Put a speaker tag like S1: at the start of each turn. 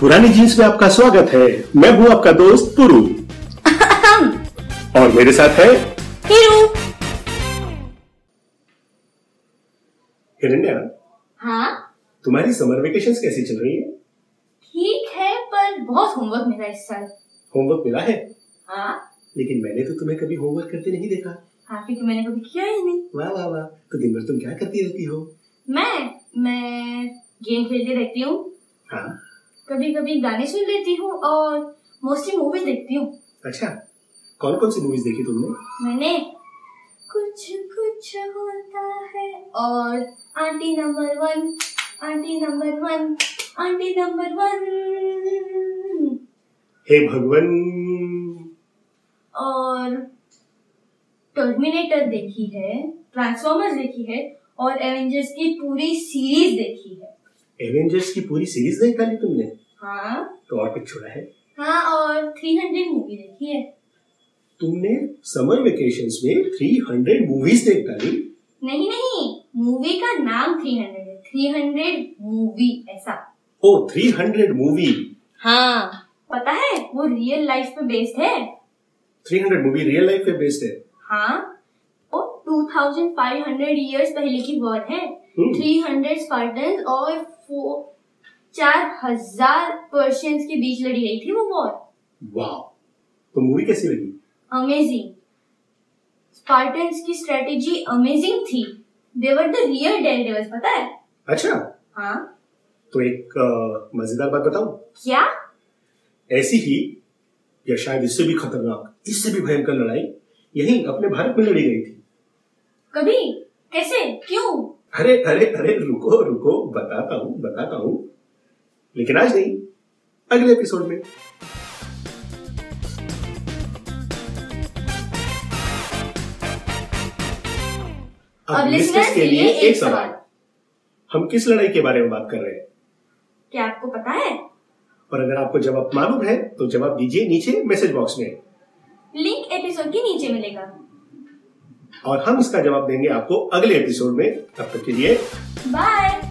S1: पुरानी जींस में आपका स्वागत है मैं हूँ आपका दोस्त पुरु और मेरे साथ है
S2: हीरू
S1: हिरण्या
S2: हाँ
S1: तुम्हारी समर वेकेशन कैसी चल रही है
S2: ठीक है पर बहुत होमवर्क मिला इस साल
S1: होमवर्क मिला है
S2: हाँ
S1: लेकिन मैंने तो तुम्हें कभी होमवर्क करते नहीं देखा
S2: हाफी तो मैंने कभी किया ही नहीं
S1: वाह वाह वाह तो दिन भर तुम क्या करती रहती हो
S2: मैं मैं गेम खेलती रहती हूँ
S1: हाँ
S2: कभी कभी गाने सुन लेती हूँ और मोस्टली मूवीज देखती हूँ
S1: अच्छा कौन कौन सी मूवीज देखी तुमने
S2: मैंने कुछ कुछ होता है और aunty number one aunty number one aunty number one
S1: हे भगवान
S2: और टर्मिनेटर देखी है ट्रांसफॉर्मर्स देखी है और एवेंजर्स की पूरी सीरीज देखी है
S1: एवेंजर्स की पूरी सीरीज देख डाली तुमने
S2: हाँ
S1: तो और कुछ छोड़ा है
S2: हाँ और थ्री हंड्रेड मूवी देखी है
S1: तुमने समर वेकेशंस में 300 मूवीज देख डाली
S2: नहीं नहीं मूवी का नाम थ्री हंड्रेड है थ्री हंड्रेड मूवी ऐसा
S1: ओ 300 मूवी
S2: हाँ पता है वो रियल लाइफ पे बेस्ड है
S1: 300 मूवी रियल लाइफ पे बेस्ड है
S2: हाँ वो two thousand five hundred years पहले की वर्ड है
S1: हम्म,
S2: थ्री हंड्रेड स्पार्टन और फोर चार हजार पर्शियंस के बीच लड़ी गई थी वो वॉर
S1: वाह तो मूवी कैसी लगी
S2: अमेजिंग स्पार्टन्स की स्ट्रेटेजी अमेजिंग थी देवर द रियल डेरिडेवल्स पता है
S1: अच्छा
S2: हाँ
S1: तो एक अ, मजेदार बात बताऊं
S2: क्या
S1: ऐसी ही या शायद इससे भी खतरनाक इससे भी भयंकर लड़ाई यही अपने भारत में लड़ी गई थी
S2: कभी कैसे क्यों
S1: अरे अरे अरे रुको रुको बताता हूँ बताता हूँ लेकिन आज नहीं अगले एपिसोड में
S2: अब लिसनर्स के लिए एक सवाल
S1: हम किस लड़ाई के बारे में बात कर रहे हैं
S2: क्या आपको पता है
S1: और अगर आपको जवाब मालूम है तो जवाब दीजिए नीचे मैसेज बॉक्स में
S2: लिंक एपिसोड के नीचे मिलेगा
S1: और हम इसका जवाब देंगे आपको अगले एपिसोड में तब तक के लिए
S2: बाय